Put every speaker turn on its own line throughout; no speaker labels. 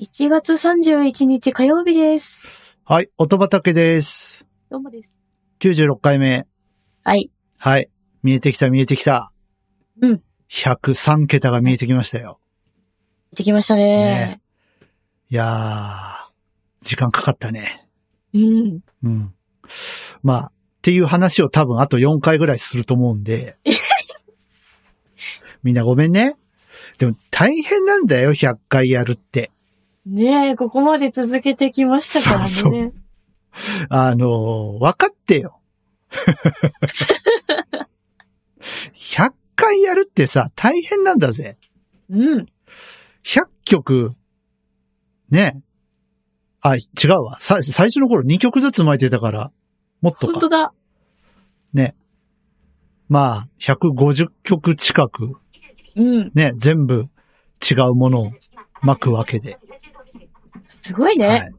1月31日火曜日です。
はい、音畑です。
どうもです。
96回目。
はい。
はい、見えてきた見えてきた。
うん。
103桁が見えてきましたよ。
行ってきましたね。
いやー、時間かかったね。
うん。
うん。まあ、っていう話を多分あと4回ぐらいすると思う んで。みんなごめんね。でも大変なんだよ、100回やるって。
ねえ、ここまで続けてきましたからね。
そうそうあのー、分かっ てよ。100回やるってさ、大変なんだぜ。
うん。
100曲、ね。あ、違うわ。さ、最初の頃2曲ずつ巻いてたから、もっと
本当
か。
だ。
まあ、150曲近く、
うん。
ね、全部違うものを巻くわけで。
すごいね。
はい。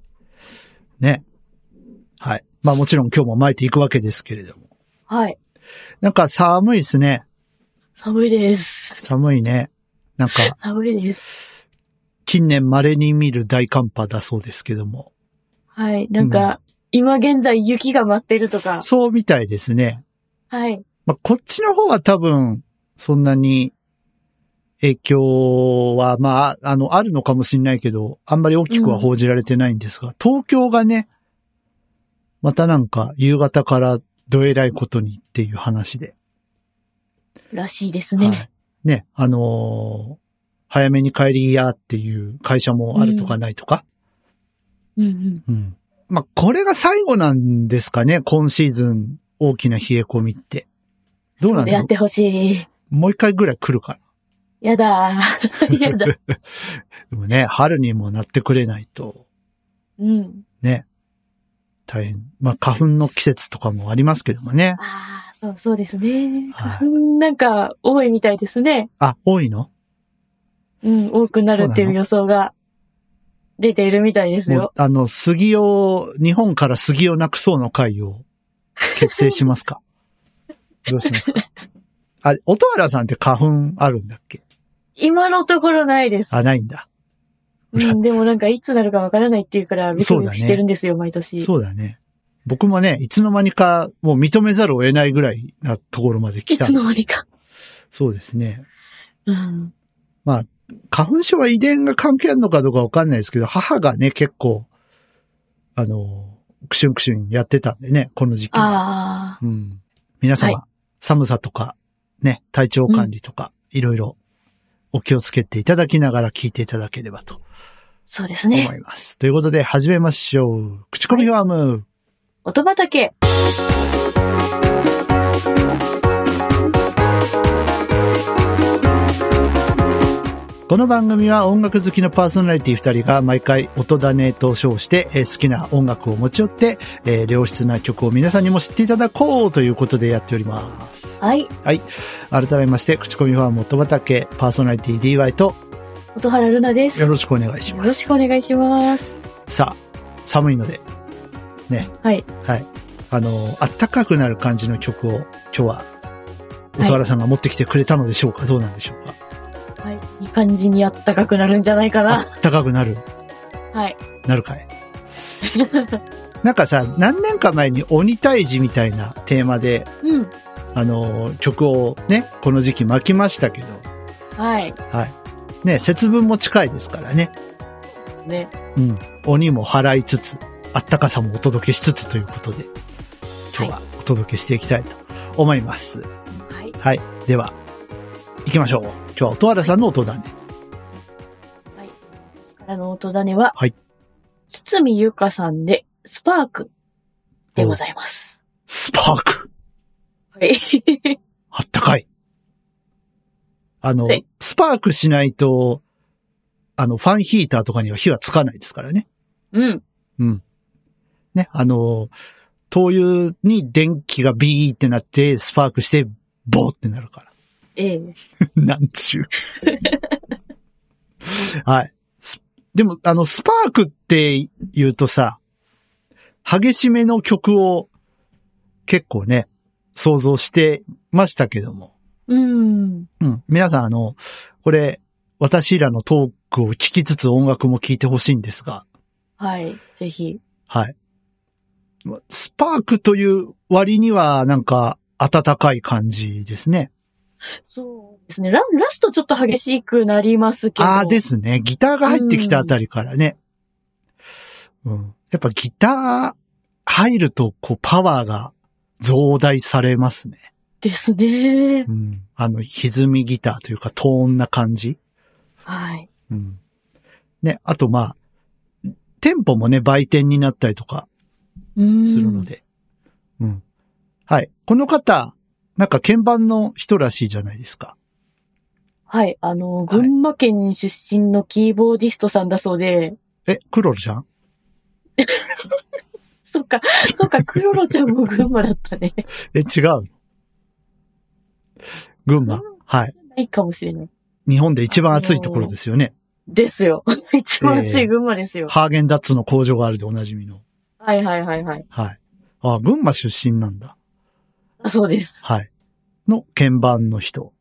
ね。はい。まあもちろん今日も巻いていくわけですけれども。
はい。
なんか寒いですね。
寒いです。
寒いね。なんか、
寒いです。
近年稀に見る大寒波だそうですけども。
はい。なんか、今現在雪が舞ってるとか。
そうみたいですね。
はい。
まあ、こっちの方は多分、そんなに影響は、まあ、あの、あるのかもしれないけど、あんまり大きくは報じられてないんですが、東京がね、またなんか夕方からどえらいことにっていう話で。
らしいですね。
はい、ね、あのー早めに帰りやっていう会社もあるとかないとか。
うん
うん。まあ、これが最後なんですかね、今シーズン大きな冷え込みって。どう
う
なん
ん。
だろ
やってほしい。
うもう一回ぐらい来るから。
や だ。やだ。
でもね、春にもなってくれないと
うん。
大変。まあ、花粉の季節とかもありますけどもね。
ああ、そう、そうですね。
はい
花粉なんか、多いみたいですね。
あ、多いの
うん、多くなるってい
そうな
う
の
予想が出ているみたいです
もう
よ。、
あの、杉を、日本から杉をなくそうの会を結成します かどうしますかあ、音原さんって花粉あるんだっけ
今のところないです。
あ、ないんだ。
うん、でもなんか、いつなるかわからないっていうから、ビク
そう
ビ
だ
ク
ね
してるんですよ、毎年。
そうだね。僕もね、いつの間にかもう認めざるを得ないぐらいなところまで来
い
た
つ。の間にか。
そうですね。
うん。
花粉症は遺伝が関係あるのかどうかわかんないですけど、母がね、結構、あの、クシュンクシュンやってたんでね、この時期は。
ああ、
うん。皆様、
は
寒さとか、ね、体調管理とか、いろいろお気をつけていただきながら聞いていただければと
そうです
思
ね。
います。ということで、始めましょう。口コミファーム。
音畑。
この番組は音楽好きのパーソナリティ2人が毎回音種と称して、えー好きな音楽を持ち寄って、えー良質な曲を皆さんにも知っていただこうということでやっております。
はい。
改めまして、口コミファン元畑パーソナリティ DY と
音原ルナです。
よ
よ
ろしくお願いしま
ろしくお願いします。
す。さあ、寒いので、ね。
はい。
はい。あのー、あったかくなる感じの曲を今日は、
い
小原さんが持ってきてくれたのでしょうか、どうなんでしょうか
はい。いい感じにあったかくなるんじゃないか
あ
な。
ったかくなる。
はい。
なるかい なんかさ、何年か前に鬼退治みたいなテーマで、
うん。
あのー、曲をね、この時期巻きましたけど、
はい。
ね、節分も近いですからね。
ね。
うん。鬼も払いつつ、あったかさもお届けしつつということで、今日はお届けしていきたいと思います。はい。
はい。
では、行きましょう。今日は音原さんの音だね。
はい。からの音種は、
はい。
堤ゆかさんで、スパークでございます。
スパーク
はい。
あったかい。あの、
はい
スパークしないと、あの、ファンヒーターとかには火はつかないですからね。
うん。
ね、あの、灯油に電気がビーってなって、スパークして、ボーってなるから。
ええ
なんち ゅう。はい。すでも、あの、スパークって言うとさ、激しめの曲を結構ね、想像してましたけども。
うん。
うん。皆さん、あの、これ、私らのトー楽を聴きつつ音楽も聴いてほしいんですが、
はい。ぜひ。
はい。まスパークという割にはなんか暖かい感じですね。
そうですね。ララストちょっと激しくなりますけど。
ああですね。ギターが入ってきたあたりからね。うん。やっぱギター入るとこうパワーが増大されますね。
ですね。
うん。あの歪みギターというかトーンな感じ。
はい。
うん。ね。あとまあ、テンポもね、売店になったりとか
うん。
するの。で。うん。はい。この方、なんか鍵盤の人らしいじゃないですか。
はい。あの、群馬県出身のキーボーディストさんだそうで、
え、クロルちゃん
そっか、そ っか、クロロちゃんも群馬だったね。
え、違う。群馬
群。
はい。
ないかもしれない。
日本で一番暑いところですよね。
です よ。一番暑い群馬ですよ。
ハーゲンダッツの工場があるでおなじみの。
はいはいはいはい。
はい。あ、群馬出身なんだ。
あそうです。
はい。の鍵盤の人。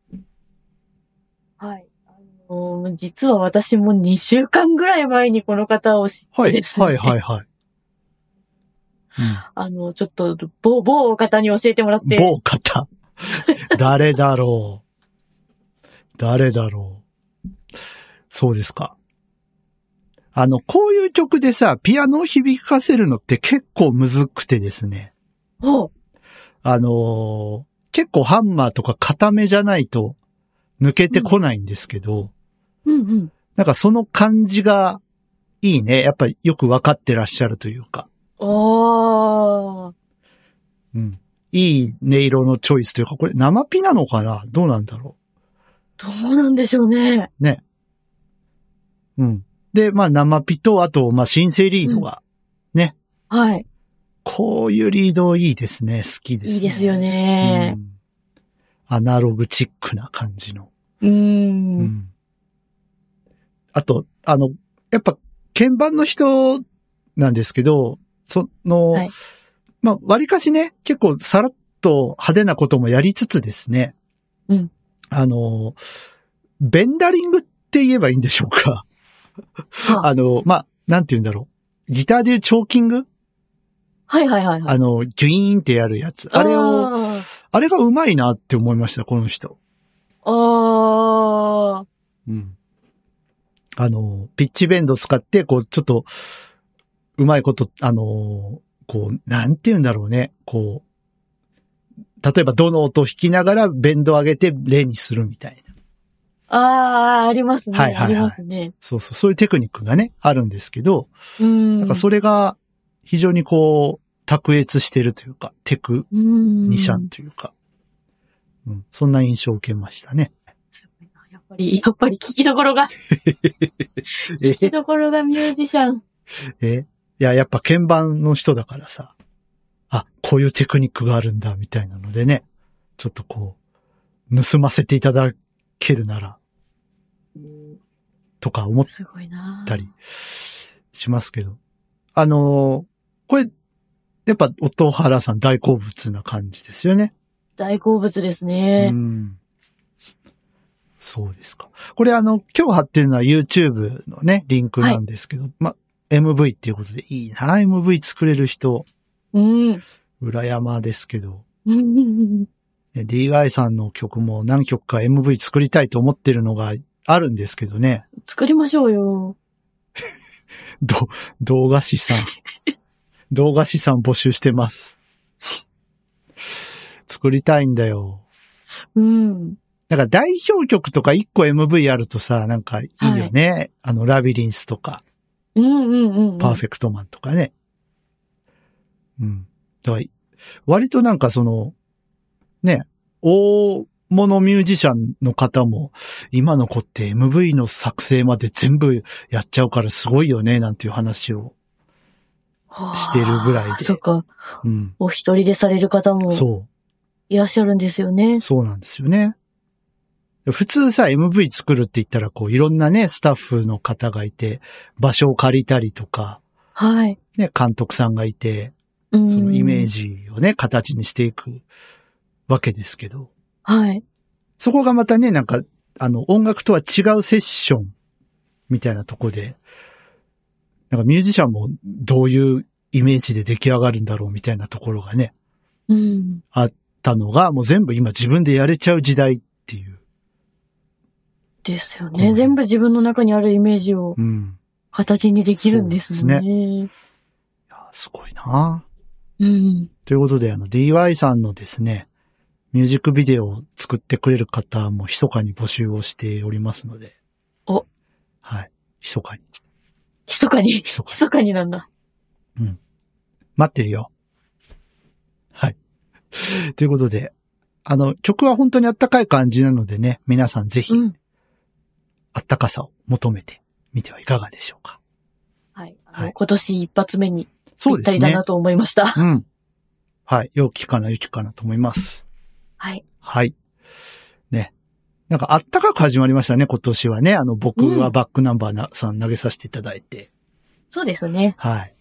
はい。あの実は私も2週間ぐらい前にこの方を知っ
は
て
い。
ですね。
はいはいはい。
あの、ちょっと、某、某お方に教えてもらっ
うん、
て。
某方。誰だろう。誰だろう。そうですか。あの、こういう曲でさ、ピアノを響かせるのって結構むずくてですね。
某。
あのー結構ハンマーとか固めじゃないと抜けてこないんですけど、
うんうん。
なんかその感じがいいね。やっぱりよくわかってらっしゃるというか、
あー。
うん。いい音色のチョイスというか、これ生ピなのかなどうなんだろ
どうなんでしょうね。
う。うん。で、まあ生ピと、あと、まあ新生リードが、
はい。
こういうリードいいですね。好きです、ね。
いいですよ
う
ね。
ん。アナログチックな感じの。
うー。
うんんあと、あの、やっぱ、鍵盤の人なんですけど、その、
はい
まあ、割かしね、結構さらっと派手なこともやりつつですね。
うん
あの、ベンダリングって言えばいいんでしょうか。
は
あの、まあ、なんて言うんだろう。ギターでいうチョーキング、
はいはいはいはい。
あの、ギュイーンってやるやつ。あれを、
あー
あれがうまいなって思いました、この人。
あー。
うん。あの、ピッチベンド使って、こう、ちょっと、うまいこと、あの、こう、なんて言うんだろうね。こう、例えば、どの音を弾きながら、ベンド上げて、レにするみたいな。
あー、ありますね。
はいはいはい
ありますね。
そうそう、そういうテクニックがね、あるんですけど、
うーん。
なんかそれが、非常にこう、卓越してるというか、テク
うーん。
ニシャンというか、うん、そんな印象を受けましたね。
すごいなやっぱり、やっぱり聞きどころが、聞き
え、
どころがミュージシャン。
え、いや、やっぱ鍵盤の人だからさ、あ、こういうテクニックがあるんだ、みたいなのでね、ちょっとこう、盗ませていただけるなら、とか思っ
すごいな
たりしますけど。あのーこれ、やっぱ、音原さん大好物な感じですよね。
大好物です
う
ね。
ん。そうですか。これあの、今日貼ってるのは YouTube のね、リンクなんですけど、ま、MV っていうことでいいな、MV 作れる人。
うん。
裏まですけど、
うん。
ね DY さんの曲も何曲か MV 作りたいと思ってるのがあるんですけどね、
作りましょうよ。
ど、動画師さん。動画師さん募集してます。作りたいんだよ。
うん。
なんか代表曲とか1個 MV あるとさ、なんかいいよね。あの、ラビリンスとか、
うんうんうんうん。
パーフェクトマンとかね。うん。だから、割となんかその、ね、大物ミュージシャンの方も、今の子って MV の作成まで全部やっちゃうからすごいよね、なんていう話を。
はあ
してるぐらいで
そっか。
うん。
お一人でされる方も
そ
いらっしゃるんですよね
う。。そうなんですよね。普通さ、MV 作るって言ったら、こう、いろんなね、スタッフの方がいて、場所を借りたりとか、
はい。
ね、監督さんがいて、
そ
そのイメー
ジ。
ジをね、形にしていくわけですけど、
はい。
そこがまたね、なんか、あの、音楽とは違うセッションみたいなとこで、なんかミュージシャンもどういうイメージで出来上がるんだろうみたいなところがね、
うん。
たのが、もう全部今自分でやれちゃう時代っていう。
ですよ
う
ね。
ん
全部自分の中にあるイメージを
うん。
形にできるんですもん
そう
ね。
いやすごいな
うん。
ということで、あの、DY さんのですね、ミュージックビデオを作ってくれる方も密かに募集をしておりますので。
お
はい。密かに。
密かに、
密かに。
密かになんだ。
待ってるよ。はい。 ということで、あの、曲は本当にあったかい感じなのでね、皆さんぜひ
う、ん。
あったかさを求めてみてはいかがでしょうか。
はい。あの
はい
今年一発目にぴ
そう
っ
で
た
す
りだ
ね
な。と思いました。
うん。はい。陽気かな、陽気かなと思います。
はい。
はい。ね。なんかあったかく始まりましたね、今年はね。あの、僕
う
は
ん
バックナンバーな、さん投げさせていただいて。
そうですね。
はい。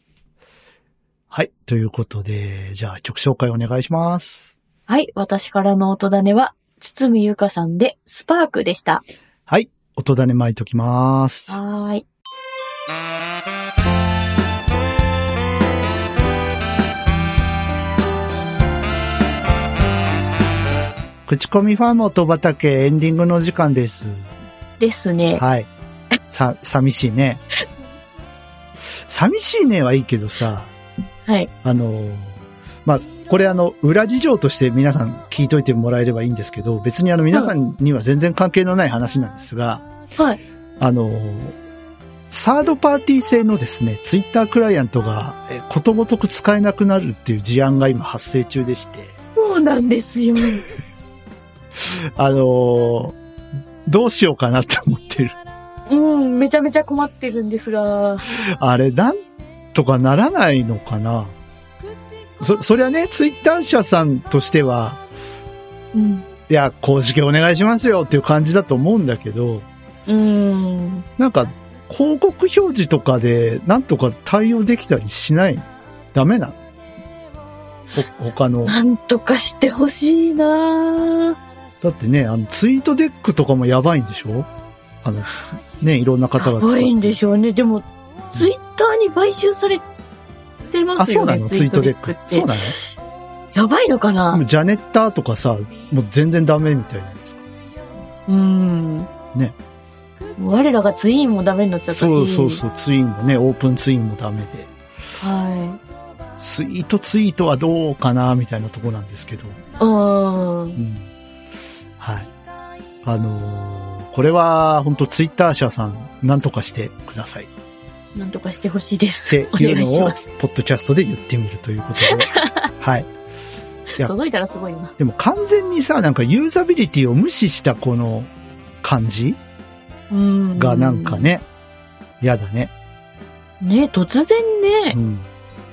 はい。ということで、じゃあ曲紹介お願いします。
はい。私からの音種は、堤ゆかさんで、スパークでした。
はい。音種巻いときます。
はーい。
口コミファーム音畑エンディングの時間です。
ですね。
はい。さ、寂しいね。寂しいねはいいけどさ。
はい。
あの、まあ、これあの、裏事情として皆さん聞いといてもらえればいいんですけど、別にあの皆さんには全然関係のない話なんですが、
はい。
あの、サードパーティー製のですね、ツイッタークライアントがえことごとく使えなくなるっていう事案が今発生中でして、
そうなんです よ。
あの、どうしようかなって思ってる。
うん、めちゃめちゃ困ってるんですが。
あれ、なんとかならないのかなそ、そりゃね、ツイッター社さんとしては、
うん。
いや、公式お願いしますよっていう感じだと思うんだけど、
うん。
なんか、広告表示とかで、なんとか対応できたりしないダメなのほ他の。だ
なんとかしてほしいなぁ
ってね、あの、ツイートデックとかもやばいんでしょあの、ね、いろんな方が使っ
高
て。
いんでしょうね。でも、ツイッターに買収されてま
あ、
す
そ
よ
う
ね。
なのツイートデック
っ。て
そうなの
やばいのか
で
な
もジャネッターとかさ、もう全然ダメみたいなんですか。
うん。
ね。
我らがツインもダメになっちゃったし。
そうそうそう、ツインもね、オープンツインもダメで。
は
ツイートツイートはどうかな、みたいなとこなんですけど。
い。うん。
うんはい。あのーこれは本当ツイッター社さん、なんとかしてくださいっ
なんとかしてほしいです。
て
お
いう
願いし
のを
ます、
ポッドキャストで言ってみるという ことで。はい。や
届いたらすごいな。
でも完全にさ、なんかユーザビリティを無視したこの感じ
うん。
がなんか。ね、嫌だね。
ね、突然
う
ね。
ん。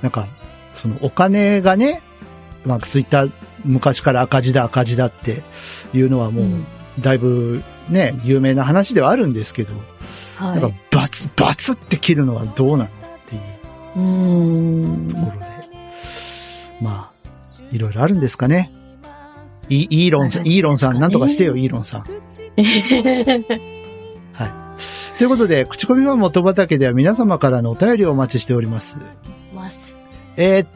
なんか、そのお金がね、まあツイッター昔から赤字だ赤字だっていうのはも
うん
う、だいぶね、有名な話ではあるんですけど、
は
なんか
い。
バツ、バツって切るのはどうなのっていう
うん。
ところで。まあ、いろいろあるんですかね。 イイーロンさん、イーロンさん、なんとかしてよ、イーロンさん。ということで、口コミは元畑では皆様からのお便りをお待ちしております。
ます。
えーっと、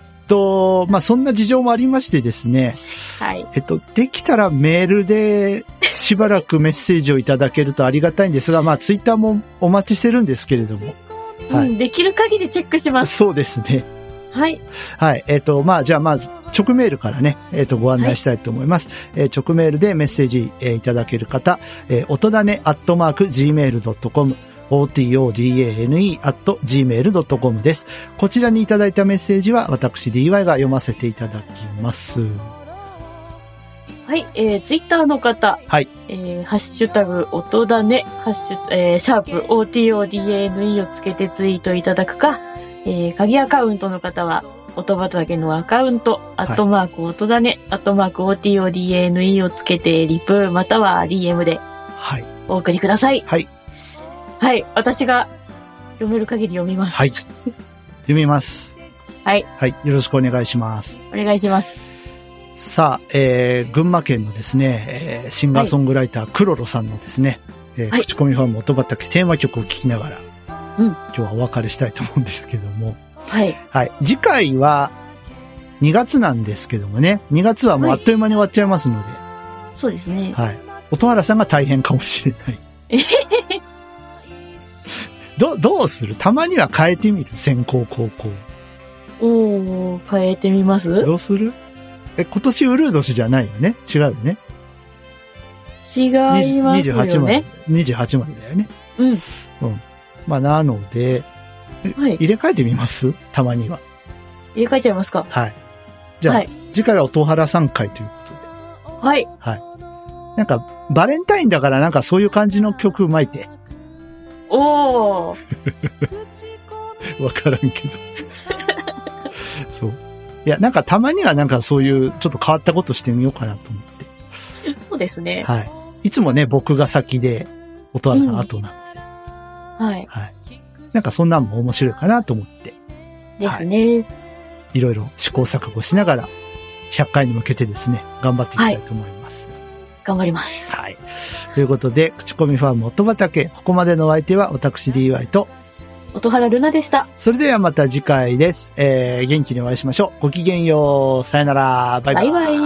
まあ、そんな事情もありましてですね、
はい。
えっと、できたらメールでしばらくメッセージをいただけるとありがたいんですが、まあ、ツイッターもお待ちしてるんですけれども。は
う
い。
んできる限りチェックします。
そうですね。
はい。
はい。えっ、と、まあ、じゃあ、まず、直メールからね、えっ、と、ご案内したいと思います。えー直メールでメッセージ、えーいただける方、えー、音だね、アットマーク、gmail.com、otodane, アット、gmail.com です。こちらにいただいたメッセージは、私、DY が読ませていただきます。
はい。えー、ツイッターの方。
はい。
えー、ハッシュタグ、音だね、ハッシュ、えー、シャープ、OTODANE をつけてツイートいただくか、えー、鍵アカウントの方は、音畑のアカウント、アットマーク音だね、アットマーク OTODANE をつけて、リプ、または DM で
はい。
お送りください。
はい。
はい。私が読める限り読みます。
はい読みます。
はい。
はい。よろしくお願いします。
お願いします。
さあ、えー、群馬県のですね、えーシンガーソングライター、クロロさんのですね、えー
はい
口コミファンも音畑テーマ曲を聴きながら、
うん
今日はお別れしたいと思うんですけども、
はい。
はい。次回は2月なんですけどもね、2月はもうあっという間に終わっちゃいますので、
そうですね。
はい。音原さんが大変かもしれない。 ど、どうするたまには変えてみる先行高校。
おー、変えてみます
どうするえ、今年ウルー年じゃないよね違うよね
違います
28
よ
まで
ね。。
28までだよね。
うん。
まあ、なので、
はい。
入れ替えてみますたまには。
入れ替えちゃいますか。
はい。じゃあ、
はい
次回は音原さん会ということで。
はい。
なんか、バレンタインだからなんかそういう感じの曲うまいって。
おー、
わからんけど。 そう。いや、なんかたまにはなんかそういうちょっと変わったことしてみようかなと思って。
そうですね。
はい。いつもね、僕が先で、音原さ
うんん
後な、
はい。
はい。なんかそんなんも面白いかなと思って、
ですね。
いろいろ試行錯誤しながら、100回に向けてですね、頑張っていきたいと思います。
頑張ります。
はい。ということで、口コミファーム音畑、ここまでのお相手は私 DY と、
音原ルナでした。
それではまた次回です。えー、元気にお会いしましょう。ごきげんよう。さよなら。バイバイ。
バイバイ